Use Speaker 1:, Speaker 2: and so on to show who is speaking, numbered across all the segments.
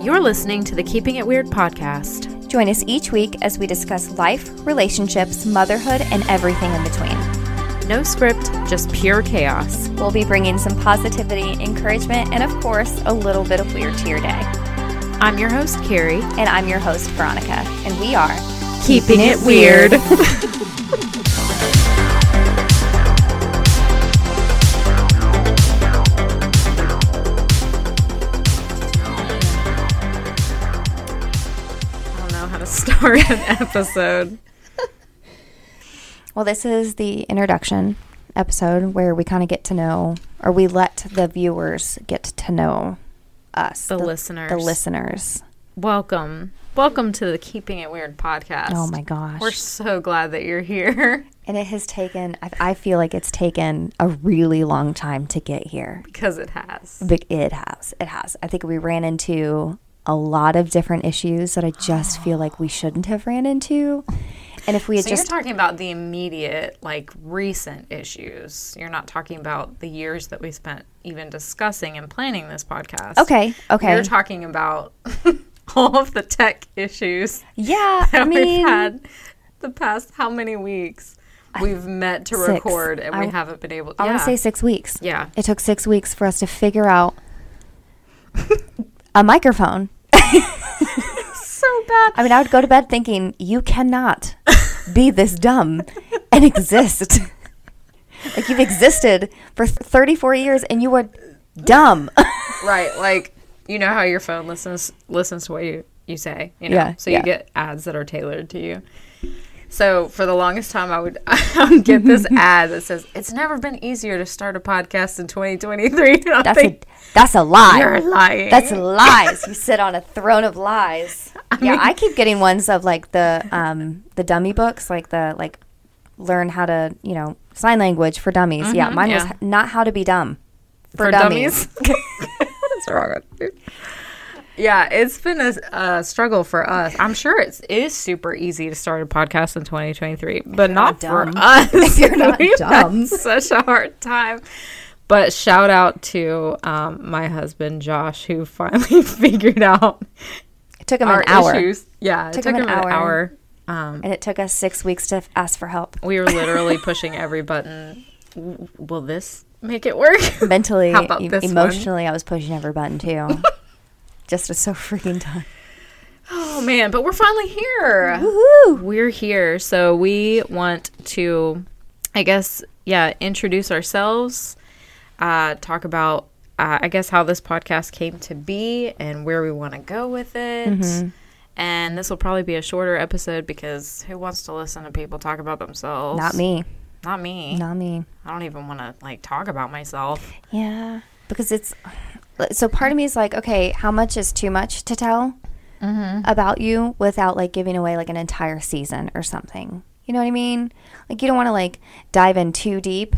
Speaker 1: You're listening to the Keeping It Weird podcast.
Speaker 2: Join us each week as we discuss life, relationships, motherhood, and everything in between.
Speaker 1: No script, just pure chaos.
Speaker 2: We'll be bringing some positivity, encouragement, and of course, a little bit of weird to your day.
Speaker 1: I'm your host, Carrie.
Speaker 2: And I'm your host, Veronica, and we are
Speaker 1: Keeping, It Weird. I don't know how to start an episode.
Speaker 2: Well, this is the introduction episode where we kind of get to know, or we let the viewers get to know us,
Speaker 1: The listeners.
Speaker 2: the listeners.
Speaker 1: Welcome. Welcome to the Keeping It Weird podcast.
Speaker 2: Oh my gosh!
Speaker 1: We're so glad that you're here
Speaker 2: and it has taken. I, I feel like it's taken a really long time to get here.
Speaker 1: because it has.
Speaker 2: But it has. It has. I think we ran into a lot of different issues that I just feel like we shouldn't have ran into. And if we had
Speaker 1: So
Speaker 2: just
Speaker 1: you're talking about the immediate, like recent issues. You're not talking about the years that we spent even discussing and planning this podcast.
Speaker 2: Okay, okay.
Speaker 1: You're talking about all of the tech issues
Speaker 2: Yeah, I
Speaker 1: that
Speaker 2: mean
Speaker 1: we've had the past how many weeks we've met to
Speaker 2: six.
Speaker 1: record and
Speaker 2: I-
Speaker 1: we haven't been able.
Speaker 2: I want
Speaker 1: yeah.
Speaker 2: to say 6 weeks.
Speaker 1: Yeah.
Speaker 2: It took 6 weeks for us to figure out a microphone.
Speaker 1: so bad.
Speaker 2: I mean, I would go to bed thinking you cannot be this dumb and exist. like you've existed for 34 years and you were dumb.
Speaker 1: right like you know how your phone listens listens to what you you say you know
Speaker 2: Yeah,
Speaker 1: so
Speaker 2: yeah.
Speaker 1: you get ads that are tailored to you so for the longest time i would, I would get this ad that says it's never been easier to start a podcast in 2023 And I'm
Speaker 2: That's a
Speaker 1: like,
Speaker 2: that's a lie.
Speaker 1: you're lying
Speaker 2: That's lies. you sit on a throne of lies. yeah, I keep getting ones of like the um the dummy books, like the like learn how to you know sign language for dummies. yeah, mine was
Speaker 1: Mm-hmm, yeah.
Speaker 2: h- not how to be dumb for,
Speaker 1: for
Speaker 2: dummies.
Speaker 1: dummies, that's wrong one. yeah it's been a, s- a struggle for us i'm sure it's, it is super easy to start a podcast in 2023 but not, for
Speaker 2: dumb.
Speaker 1: us
Speaker 2: you're not
Speaker 1: We've had
Speaker 2: dumb.
Speaker 1: such a hard time but shout out to um, my husband josh who finally figured out
Speaker 2: It took them
Speaker 1: our
Speaker 2: an hour,
Speaker 1: issues yeah it took, him, an hour, Um,
Speaker 2: and it took us six weeks to f- ask for help
Speaker 1: we were literally pushing every button W- will this make it work
Speaker 2: mentally,
Speaker 1: How about
Speaker 2: e-
Speaker 1: this one?
Speaker 2: emotionally. I was pushing every button too. Just was so freaking done.
Speaker 1: oh man but we're finally here
Speaker 2: Woohoo!
Speaker 1: we're here so we want to i guess yeah introduce ourselves uh talk about uh, i guess how this podcast came to be and where we want to go with it and this will probably be a shorter episode because who wants to listen to people talk about themselves
Speaker 2: Not me.
Speaker 1: not me
Speaker 2: Not me.
Speaker 1: i don't even want to like talk about myself
Speaker 2: Yeah, because it's so part of me is like, okay, how much is too much to tell
Speaker 1: Mm-hmm.
Speaker 2: about you without like giving away like an entire season or something? You know what I mean? Like you don't want to like dive in too deep.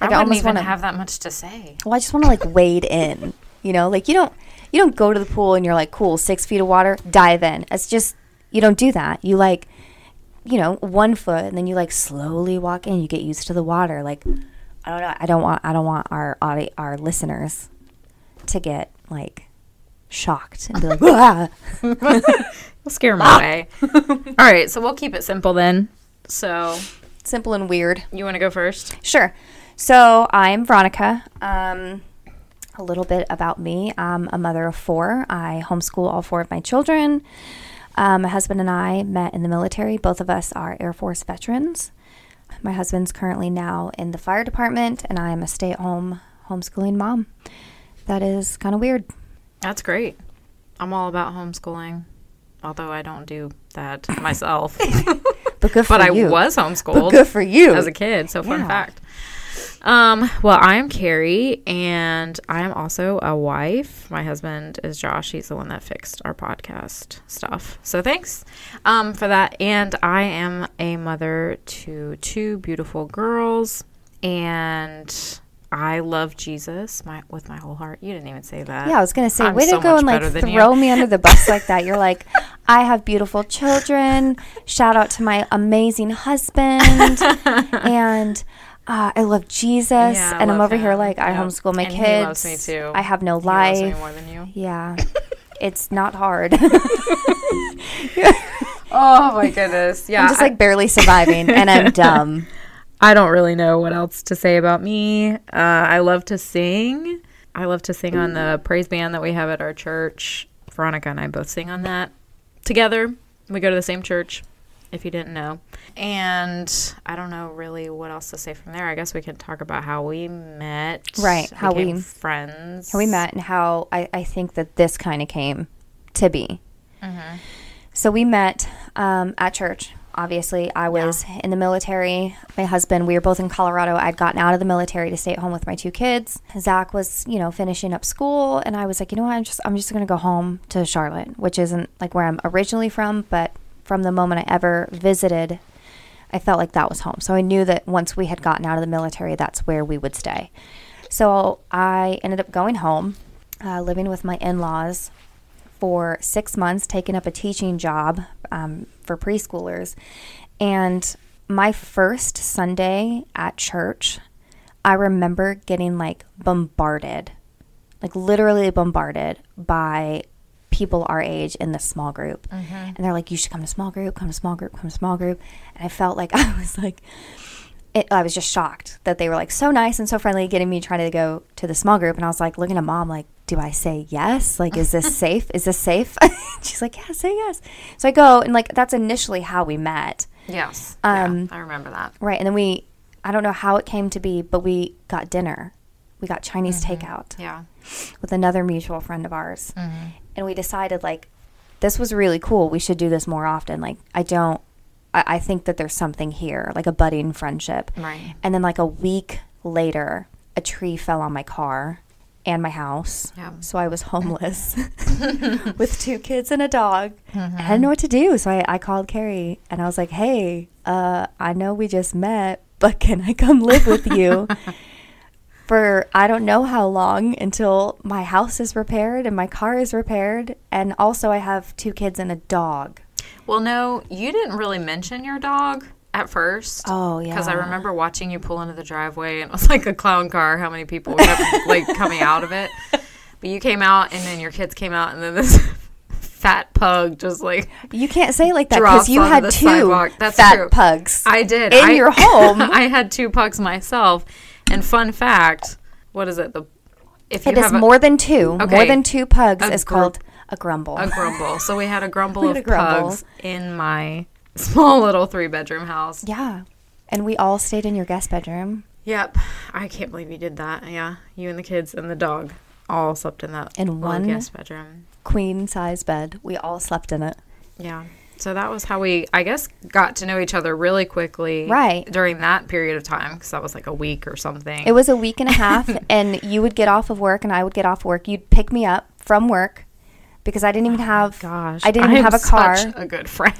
Speaker 2: Like,
Speaker 1: i wouldn't even
Speaker 2: wanna,
Speaker 1: have that much to say
Speaker 2: Well, I just want to like wade in. You know, like you don't you don't go to the pool and you're like, cool, six feet of water, dive in. It's just you don't do that. You like, you know, one foot, and then you like slowly walk in. You get used to the water. Like, I don't know. I don't want I don't want our audi- our listeners to get like shocked and be like, "Wah!"
Speaker 1: we'll scare them away Ah! all right so we'll keep it simple then so
Speaker 2: simple and weird.
Speaker 1: you want to go first
Speaker 2: Sure. So I'm Veronica. Um, a little bit about me. I'm a mother of four. I homeschool all four of my children. Um, my husband and I met in the military. Both of us are Air Force veterans. My husband's currently now in the fire department, and I'm a stay at home homeschooling mom. That is kind of weird.
Speaker 1: That's great. I'm all about homeschooling, although I don't do that myself.
Speaker 2: But good for
Speaker 1: but I
Speaker 2: you.
Speaker 1: was homeschooled
Speaker 2: But good for you.
Speaker 1: as a kid. So fun
Speaker 2: Yeah.
Speaker 1: fact. Um, well, I am Carrie, and I am also a wife. My husband is Josh. He's the one that fixed our podcast stuff. So thanks um, for that. And I am a mother to two beautiful girls, and I love Jesus my, with my whole heart. You didn't even say that.
Speaker 2: Yeah, I was gonna say,
Speaker 1: I'm
Speaker 2: way
Speaker 1: so
Speaker 2: to go
Speaker 1: much
Speaker 2: and like
Speaker 1: better than you.
Speaker 2: throw me under the bus like that. You're like, I have beautiful children. Shout out to my amazing husband, and uh, I love Jesus.
Speaker 1: Yeah, I
Speaker 2: and I'm
Speaker 1: love
Speaker 2: over here
Speaker 1: him.
Speaker 2: like I
Speaker 1: Yep.
Speaker 2: homeschool my
Speaker 1: And
Speaker 2: kids.
Speaker 1: He loves me too.
Speaker 2: I have no
Speaker 1: He loves
Speaker 2: life.
Speaker 1: me more than you.
Speaker 2: Yeah, It's not hard.
Speaker 1: Oh my goodness. Yeah.
Speaker 2: I'm just like barely surviving and I'm dumb.
Speaker 1: I don't really know what else to say about me. Uh, I love to sing. I love to sing on the praise band that we have at our church. Veronica and I both sing on that together. We go to the same church, if you didn't know. And I don't know really what else to say from there. I guess we can talk about how we met.
Speaker 2: Right, how we-
Speaker 1: became friends.
Speaker 2: How we met and how I, I think that this kind of came to be.
Speaker 1: Mm-hmm.
Speaker 2: So we met um, at church. Obviously, I was in the military. My husband, we were both in Colorado. I'd gotten out of the military to stay at home with my two kids. Zach was, you know, finishing up school, and I was like, you know what? I'm just, I'm just gonna go home to Charlotte, which isn't like where I'm originally from, but from the moment I ever visited, I felt like that was home. So I knew that once we had gotten out of the military, that's where we would stay. So I ended up going home, uh, living with my in-laws for six months, taking up a teaching job um, for preschoolers. And my first Sunday at church, I remember getting like bombarded, like literally bombarded by people our age in this small group. And they're like, you should come to small group, come to small group, come to small group. And I felt like I was like, it, I was just shocked that they were like so nice and so friendly, getting me trying to go to the small group. And I was like looking at mom, like, do I say yes? Like, is this safe? Is this safe? She's like, yeah, say yes. So I go, and like, that's initially how we met.
Speaker 1: Yes.
Speaker 2: Um,
Speaker 1: yeah, I remember that.
Speaker 2: Right. And then we, I don't know how it came to be, but we got dinner. We got Chinese takeout
Speaker 1: Yeah. Mm-hmm.
Speaker 2: with another mutual friend of ours. And we decided, like, this was really cool. We should do this more often. Like, I don't, I, I think that there's something here, like a budding friendship.
Speaker 1: Right.
Speaker 2: And then, like, a week later, a tree fell on my car and my house.
Speaker 1: Yeah.
Speaker 2: So I was homeless with two kids and a dog. I didn't
Speaker 1: Mm-hmm.
Speaker 2: know what to do. So I, I called Carrie and I was like, hey, uh, I know we just met, but can I come live with you? for I don't know how long until my house is repaired and my car is repaired. And also, I have two kids and a dog.
Speaker 1: Well, no, you didn't really mention your dog at first.
Speaker 2: Oh, yeah.
Speaker 1: Because I remember watching you pull into the driveway and it was like a clown car. How many people were like coming out of it? But you came out and then your kids came out and then this fat pug just like
Speaker 2: You can't say it like that
Speaker 1: Drops
Speaker 2: because you
Speaker 1: onto
Speaker 2: had
Speaker 1: the
Speaker 2: two
Speaker 1: sidewalk. That's
Speaker 2: fat
Speaker 1: true.
Speaker 2: pugs.
Speaker 1: I did
Speaker 2: In
Speaker 1: I-
Speaker 2: your home.
Speaker 1: I had two pugs myself. And fun fact, what is it? The if you
Speaker 2: it is
Speaker 1: have a,
Speaker 2: more than two. More
Speaker 1: Okay.
Speaker 2: than two pugs
Speaker 1: A
Speaker 2: is
Speaker 1: grum-
Speaker 2: called a grumble.
Speaker 1: a grumble, so we had a grumble
Speaker 2: We had
Speaker 1: of
Speaker 2: a grumble.
Speaker 1: pugs in my small little three bedroom house.
Speaker 2: yeah. And we all stayed in your guest bedroom
Speaker 1: Yep. I can't believe you did that. Yeah. You and the kids and the dog all slept in that
Speaker 2: In
Speaker 1: little
Speaker 2: one-
Speaker 1: guest bedroom.
Speaker 2: queen size bed. We all slept in it.
Speaker 1: Yeah. So that was how we, I guess, got to know each other really quickly.
Speaker 2: Right.
Speaker 1: During that period of time, because that was like a week or something.
Speaker 2: It was a week and a half, and you would get off of work, and I would get off work. You'd pick me up from work because I didn't even have.
Speaker 1: Oh Gosh.
Speaker 2: I didn't
Speaker 1: am
Speaker 2: even have a car.
Speaker 1: Such a good friend.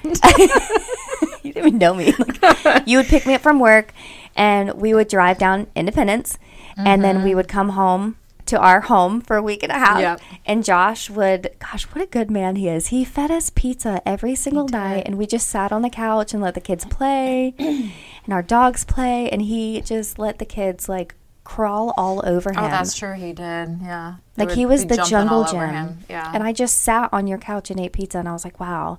Speaker 2: you didn't even know me. Like, you would pick me up from work, and we would drive down Independence, and then we would come home to our home for a week and a half.
Speaker 1: Mm-hmm. Yep.
Speaker 2: And Josh would, gosh, what a good man he is. He fed us pizza every single night, and we just sat on the couch and let the kids play, and our dogs play, and he just let the kids like crawl all over him.
Speaker 1: oh, that's true. He did. Yeah. They
Speaker 2: Like
Speaker 1: would
Speaker 2: he was
Speaker 1: be
Speaker 2: the
Speaker 1: jumping
Speaker 2: jungle
Speaker 1: all over him.
Speaker 2: gym.
Speaker 1: Yeah.
Speaker 2: And I just sat on your couch and ate pizza and I was like, wow,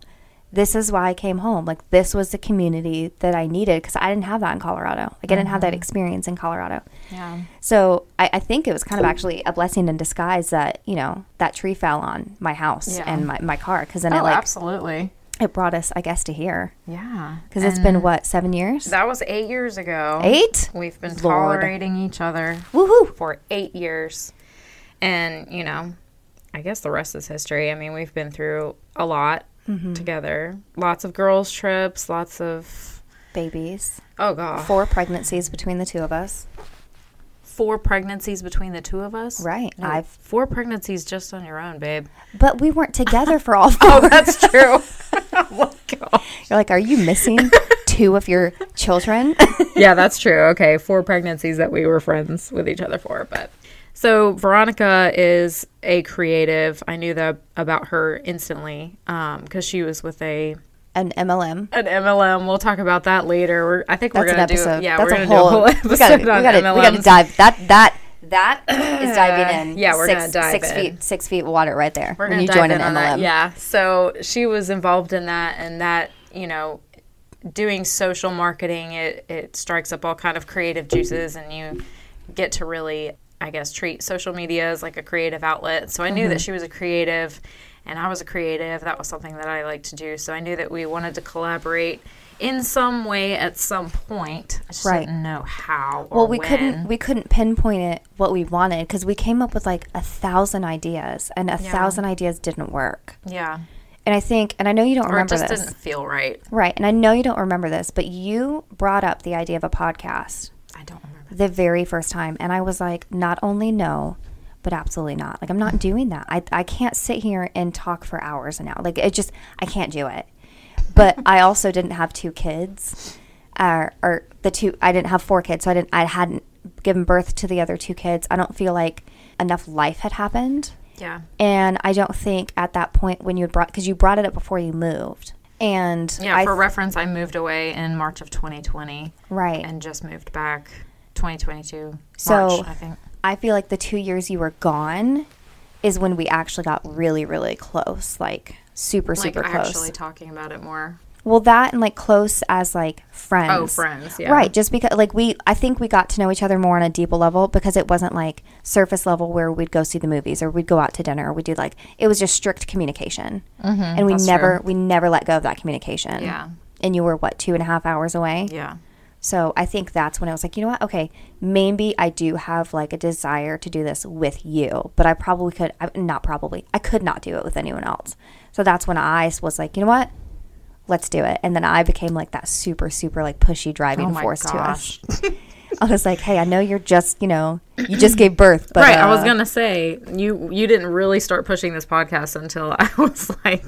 Speaker 2: this is why I came home. Like this was the community that I needed because I didn't have that in Colorado. Like I didn't have that
Speaker 1: Mm-hmm.
Speaker 2: experience in Colorado.
Speaker 1: yeah.
Speaker 2: So I, I think it was kind of actually a blessing in disguise that, you know, that tree fell on my house
Speaker 1: Yeah.
Speaker 2: and my, my car because then
Speaker 1: Oh,
Speaker 2: it like,
Speaker 1: absolutely.
Speaker 2: it brought us, I guess, to here
Speaker 1: Yeah.
Speaker 2: because it's been what, seven years?
Speaker 1: That was eight years ago.
Speaker 2: Eight?
Speaker 1: We've been
Speaker 2: Lord.
Speaker 1: tolerating each other.
Speaker 2: Woohoo.
Speaker 1: for eight years. And, you know, I guess the rest is history. I mean, we've been through a lot together lots of girls' trips, lots of,
Speaker 2: Babies.
Speaker 1: oh, God,
Speaker 2: Four pregnancies between the two of us.
Speaker 1: four pregnancies between the two of us.
Speaker 2: Right.
Speaker 1: No,
Speaker 2: I've-
Speaker 1: four pregnancies just on your own, babe.
Speaker 2: But we weren't together for all four.
Speaker 1: That's true. oh, my God.
Speaker 2: You're like, are you missing two of your children?
Speaker 1: yeah, that's true. Okay, four pregnancies that we were friends with each other for, but so Veronica is a creative. I knew that about her instantly because she was with a
Speaker 2: An MLM.
Speaker 1: an MLM. We'll talk about that later. We're, I think
Speaker 2: That's
Speaker 1: we're
Speaker 2: an
Speaker 1: gonna
Speaker 2: episode.
Speaker 1: do yeah,
Speaker 2: That's
Speaker 1: we're
Speaker 2: a
Speaker 1: gonna do a whole
Speaker 2: we gotta,
Speaker 1: episode
Speaker 2: we
Speaker 1: on
Speaker 2: gotta, we gotta
Speaker 1: MLMs.
Speaker 2: dive that that That is diving in.
Speaker 1: Yeah, we're
Speaker 2: 6
Speaker 1: gonna dive
Speaker 2: six
Speaker 1: in.
Speaker 2: feet, six feet of water right there.
Speaker 1: We're
Speaker 2: when
Speaker 1: gonna
Speaker 2: you
Speaker 1: dive
Speaker 2: join
Speaker 1: in
Speaker 2: an
Speaker 1: on that.
Speaker 2: MLM.
Speaker 1: Yeah. So she was involved in that, and that you know, doing social marketing, it it strikes up all kind of creative juices, and you get to really, I guess, treat social media as like a creative outlet. So I knew
Speaker 2: Mm-hmm.
Speaker 1: that she was a creative, and I was a creative. That was something that I like to do. So I knew that we wanted to collaborate in some way at some point. I just
Speaker 2: Right.
Speaker 1: didn't know how. Or
Speaker 2: Well, we
Speaker 1: when.
Speaker 2: couldn't we couldn't pinpoint it what we wanted because we came up with like a thousand ideas and a thousand ideas didn't work.
Speaker 1: Yeah.
Speaker 2: And I think, and I know you don't
Speaker 1: Or it
Speaker 2: remember
Speaker 1: just
Speaker 2: this,
Speaker 1: didn't feel right.
Speaker 2: right? And I know you don't remember this, but you brought up the idea of a podcast
Speaker 1: I don't remember.
Speaker 2: the very first time, and I was like, not only no, but absolutely not. Like I'm not doing that. I I can't sit here and talk for hours and hours. Like it just I can't do it. But I also didn't have two kids, uh, or the two I didn't have four kids, so I didn't I hadn't given birth to the other two kids. I don't feel like enough life had happened.
Speaker 1: Yeah.
Speaker 2: And I don't think at that point when you had brought, because you brought it up before you moved. And
Speaker 1: Yeah,
Speaker 2: I
Speaker 1: for
Speaker 2: th-
Speaker 1: reference, I moved away in March of 2020
Speaker 2: right.
Speaker 1: and just moved back 2022.
Speaker 2: So-
Speaker 1: March, I think.
Speaker 2: I feel like the two years you were gone is when we actually got really, really close, like super,
Speaker 1: Like
Speaker 2: super close.
Speaker 1: actually talking about it more.
Speaker 2: well, that and like close as like friends.
Speaker 1: Oh, friends, yeah.
Speaker 2: Right. Just because, like, we, I think we got to know each other more on a deeper level because it wasn't like surface level where we'd go see the movies or we'd go out to dinner or we'd do like, it was just strict communication. and we
Speaker 1: Mm-hmm, that's
Speaker 2: never, we never let go of that communication.
Speaker 1: Yeah.
Speaker 2: And you were what, two and a half hours away?
Speaker 1: Yeah.
Speaker 2: So I think that's when I was like, you know what? Okay, maybe I do have like a desire to do this with you, but I probably could I, not probably. I could not do it with anyone else. So that's when I was like, you know what? Let's do it. And then I became like that super super like pushy driving
Speaker 1: Oh my
Speaker 2: force to us.
Speaker 1: gosh.
Speaker 2: I was like, hey, I know you're just, you know, you just gave birth, but
Speaker 1: right. I was
Speaker 2: uh,
Speaker 1: gonna say you you didn't really start pushing this podcast until I was like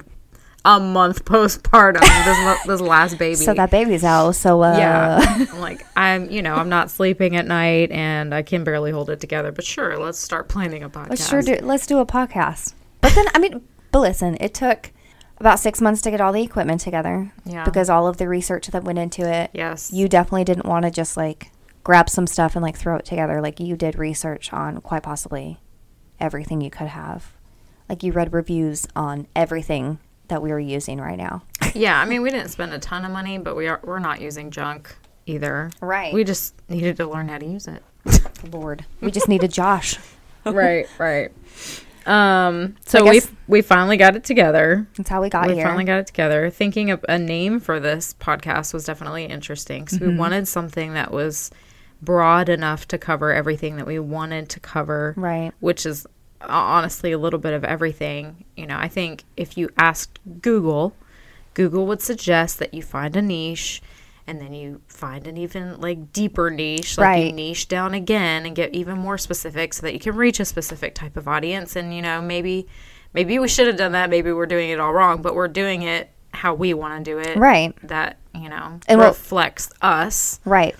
Speaker 1: a month postpartum. this, lo- this last baby.
Speaker 2: so that baby's out. So uh
Speaker 1: yeah. I'm like I'm you know I'm not sleeping at night and I can barely hold it together. But sure, let's start planning a podcast.
Speaker 2: Let's sure do. Let's do a podcast. But then, I mean, but listen, it took about six months to get all the equipment together.
Speaker 1: Yeah.
Speaker 2: Because all of the research that went into it.
Speaker 1: Yes.
Speaker 2: You definitely didn't want to just like grab some stuff and like throw it together. Like you did research on quite possibly everything you could have. Like you read reviews on everything that we were using right now.
Speaker 1: Yeah, I mean, we didn't spend a ton of money, but we are we're not using junk either.
Speaker 2: Right.
Speaker 1: We just needed to learn how to use it.
Speaker 2: Lord, we just needed Josh.
Speaker 1: right, right. Um so
Speaker 2: I
Speaker 1: we
Speaker 2: guess-
Speaker 1: we finally got it together.
Speaker 2: That's how we got
Speaker 1: we
Speaker 2: here.
Speaker 1: finally got it together. Thinking of a name for this podcast was definitely interesting because
Speaker 2: Mm-hmm.
Speaker 1: we wanted something that was broad enough to cover everything that we wanted to cover.
Speaker 2: Right.
Speaker 1: Which is uh, honestly a little bit of everything. You know, I think if you asked Google, Google would suggest that you find a niche and then you find an even like deeper niche like you
Speaker 2: Right.
Speaker 1: niche down again and get even more specific so that you can reach a specific type of audience and you know maybe maybe we should have done that maybe we're doing it all wrong but we're doing it how we want to do it
Speaker 2: Right.
Speaker 1: that you know
Speaker 2: And what-
Speaker 1: reflects us
Speaker 2: right.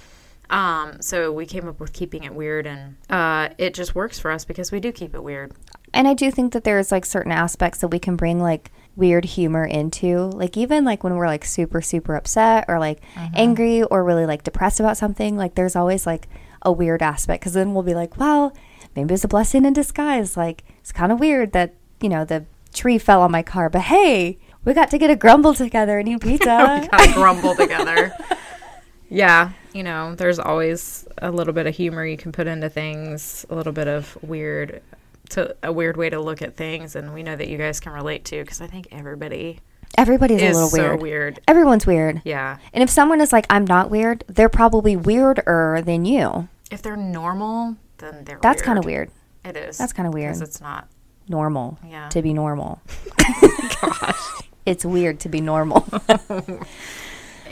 Speaker 1: um so we came up with keeping it weird and uh it just works for us because we do keep it weird
Speaker 2: And I do think that there's like certain aspects that we can bring like weird humor into. Like even like when we're like super super upset or like
Speaker 1: Uh-huh.
Speaker 2: angry or really like depressed about something, like there's always like a weird aspect cuz then we'll be like, well, maybe it's a blessing in disguise. Like it's kind of weird that, you know, the tree fell on my car, but hey, we got to get a grumble together and eat pizza.
Speaker 1: kind of grumble together. Yeah, you know, there's always a little bit of humor you can put into things, a little bit of weird to a weird way to look at things, and we know that you guys can relate to because I think everybody
Speaker 2: Everybody's a
Speaker 1: is
Speaker 2: little
Speaker 1: so
Speaker 2: weird.
Speaker 1: weird.
Speaker 2: Everyone's weird.
Speaker 1: Yeah,
Speaker 2: And if someone is like, I'm not weird, they're probably weirder than you.
Speaker 1: if they're normal, then they're
Speaker 2: That's kind of weird.
Speaker 1: It is.
Speaker 2: That's kinda weird.
Speaker 1: 'cause it's not.
Speaker 2: normal
Speaker 1: Yeah.
Speaker 2: to be normal. It's weird to be normal. but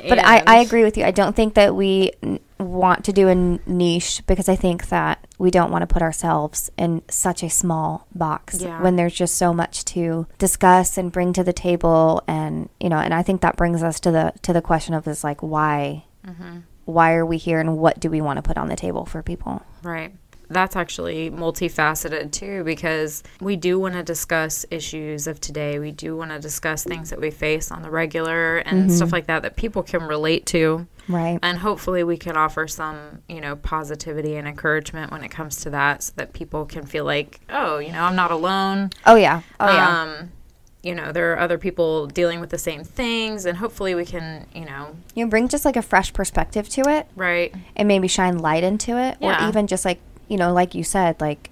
Speaker 2: I, I agree with you. I don't think that we n- want to do a n- niche because I think that we don't want to put ourselves in such a small box
Speaker 1: Yeah.
Speaker 2: when there's just so much to discuss and bring to the table and you know and I think that brings us to the to the question of this like why
Speaker 1: Mm-hmm.
Speaker 2: why are we here and what do we want to put on the table for people?
Speaker 1: Right. That's actually multifaceted too, because we do want to discuss issues of today.
Speaker 2: Mm-hmm.
Speaker 1: We do want to discuss things that we face on the regular and stuff like that that people can relate to.
Speaker 2: Right.
Speaker 1: And hopefully we can offer some, you know, positivity and encouragement when it comes to that so that people can feel like, oh, you know, I'm not alone.
Speaker 2: Oh yeah. Oh yeah.
Speaker 1: Um, you know, there are other people dealing with the same things and hopefully we can, you know,
Speaker 2: you bring just like a fresh perspective to it
Speaker 1: right.
Speaker 2: and maybe shine light into it
Speaker 1: Yeah.
Speaker 2: or even just like, you know, like you said, like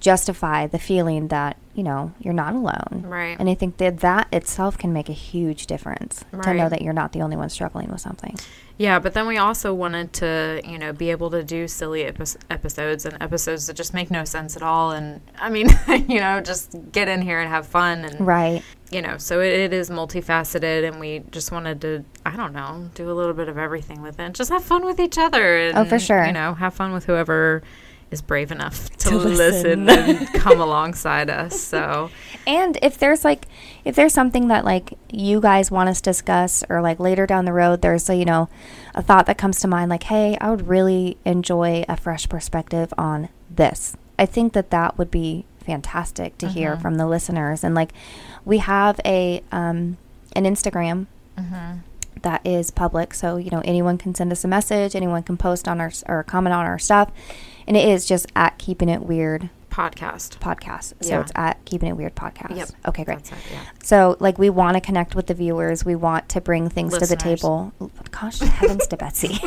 Speaker 2: justify the feeling that, you know, you're not alone.
Speaker 1: Right.
Speaker 2: And I think that that itself can make a huge difference to know
Speaker 1: Right.
Speaker 2: that you're not the only one struggling with something.
Speaker 1: Yeah, but then we also wanted to, you know, be able to do silly epi- episodes and episodes that just make no sense at all. And I mean, you know, just get in here and have fun. And,
Speaker 2: Right.
Speaker 1: you know, so it, it is multifaceted. And we just wanted to, I don't know, do a little bit of everything with it. Just have fun with each other. And,
Speaker 2: Oh, for sure.
Speaker 1: You know, have fun with whoever is brave enough to,
Speaker 2: To listen.
Speaker 1: listen and come alongside us. So,
Speaker 2: And if there's like if there's something that like you guys want us to discuss or like later down the road there's a, you know a thought that comes to mind like hey, I would really enjoy a fresh perspective on this. I think that that would be fantastic to hear from the listeners and like we have a um an Instagram Mm-hmm. that is public. So, you know, anyone can send us a message, anyone can post on our s- or comment on our stuff. And it is just at keeping it weird
Speaker 1: podcast.
Speaker 2: podcast. So
Speaker 1: Yeah.
Speaker 2: it's at Keeping It Weird podcast.
Speaker 1: Yep.
Speaker 2: Okay, great.
Speaker 1: That's it, yeah.
Speaker 2: So like we want to connect with the viewers. We want to bring things to the
Speaker 1: Listeners.
Speaker 2: table. L- Gosh, heavens to Betsy.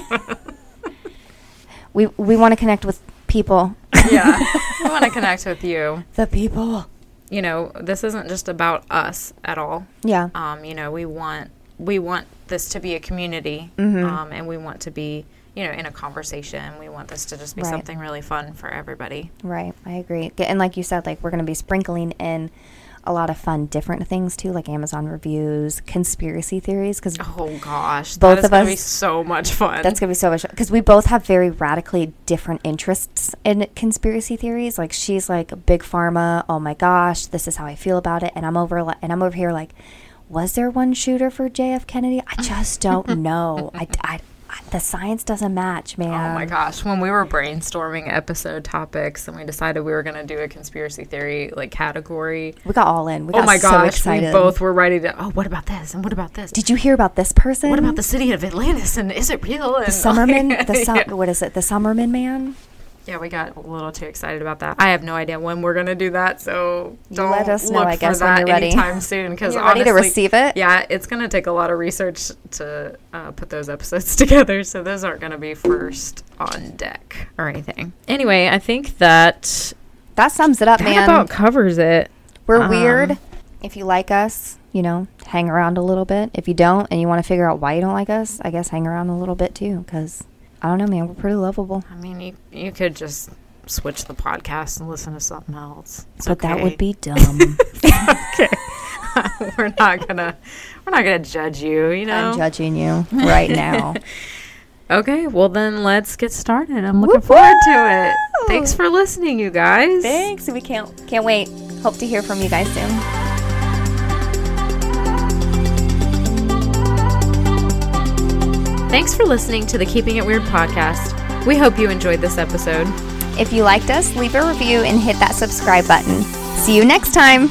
Speaker 2: we we want to connect with people.
Speaker 1: Yeah. we want to connect with you.
Speaker 2: The people.
Speaker 1: You know, this isn't just about us at all.
Speaker 2: Yeah.
Speaker 1: um, you know we want we want this to be a community
Speaker 2: Mm-hmm.
Speaker 1: um, and we want to be you know in a conversation we want this to just be
Speaker 2: Right.
Speaker 1: something really fun for everybody
Speaker 2: Right, I agree. G- And like you said, like we're going to be sprinkling in a lot of fun, different things too, like Amazon reviews, conspiracy theories, because
Speaker 1: oh gosh that
Speaker 2: Both
Speaker 1: is
Speaker 2: of
Speaker 1: gonna be
Speaker 2: us-
Speaker 1: so much fun
Speaker 2: that's going to be so much. Because we both have very radically different interests in conspiracy theories. Like she's like big pharma. Oh my gosh, this is how I feel about it. And I'm over li- and I'm over here like, was there one shooter for JF Kennedy? I just don't know. I, I, I the science doesn't match, man.
Speaker 1: oh my gosh when we were brainstorming episode topics and we decided we were going to do a conspiracy theory like category
Speaker 2: We got all in. We got
Speaker 1: oh my
Speaker 2: so
Speaker 1: gosh
Speaker 2: excited.
Speaker 1: we both were ready to oh what about this and what about this
Speaker 2: Did you hear about this person?
Speaker 1: what about the city of atlantis and is it real and
Speaker 2: The Summerman, the
Speaker 1: yeah.
Speaker 2: sum- what is it? The Summerman man.
Speaker 1: Yeah, we got a little too excited about that. I have no idea when we're gonna do that, so don't
Speaker 2: let us know,
Speaker 1: look
Speaker 2: I guess,
Speaker 1: for
Speaker 2: when
Speaker 1: that
Speaker 2: you're ready.
Speaker 1: anytime soon. Because
Speaker 2: You're ready to receive it?
Speaker 1: Yeah, it's gonna take a lot of research to uh, put those episodes together, so those aren't gonna be first on deck or anything. Anyway, I think that
Speaker 2: That sums it up,
Speaker 1: that
Speaker 2: man.
Speaker 1: about covers it.
Speaker 2: We're
Speaker 1: um,
Speaker 2: weird. If you like us, you know, hang around a little bit. If you don't, and you want to figure out why you don't like us, I guess hang around a little bit too, because I don't know, man. We're pretty lovable,
Speaker 1: I mean, you you could just switch the podcast and listen to something else. It's
Speaker 2: but that
Speaker 1: okay.
Speaker 2: would be dumb.
Speaker 1: we're not gonna we're not gonna judge you. You know.
Speaker 2: I'm judging you right now.
Speaker 1: Okay, well then let's get started. I'm looking forward to it.
Speaker 2: Woo-hoo!
Speaker 1: Thanks for listening, you guys.
Speaker 2: Thanks. We can't can't wait. Hope to hear from you guys soon.
Speaker 1: Thanks for listening to the Keeping It Weird podcast. We hope you enjoyed this episode.
Speaker 2: If you liked us, leave a review and hit that subscribe button. See you next time.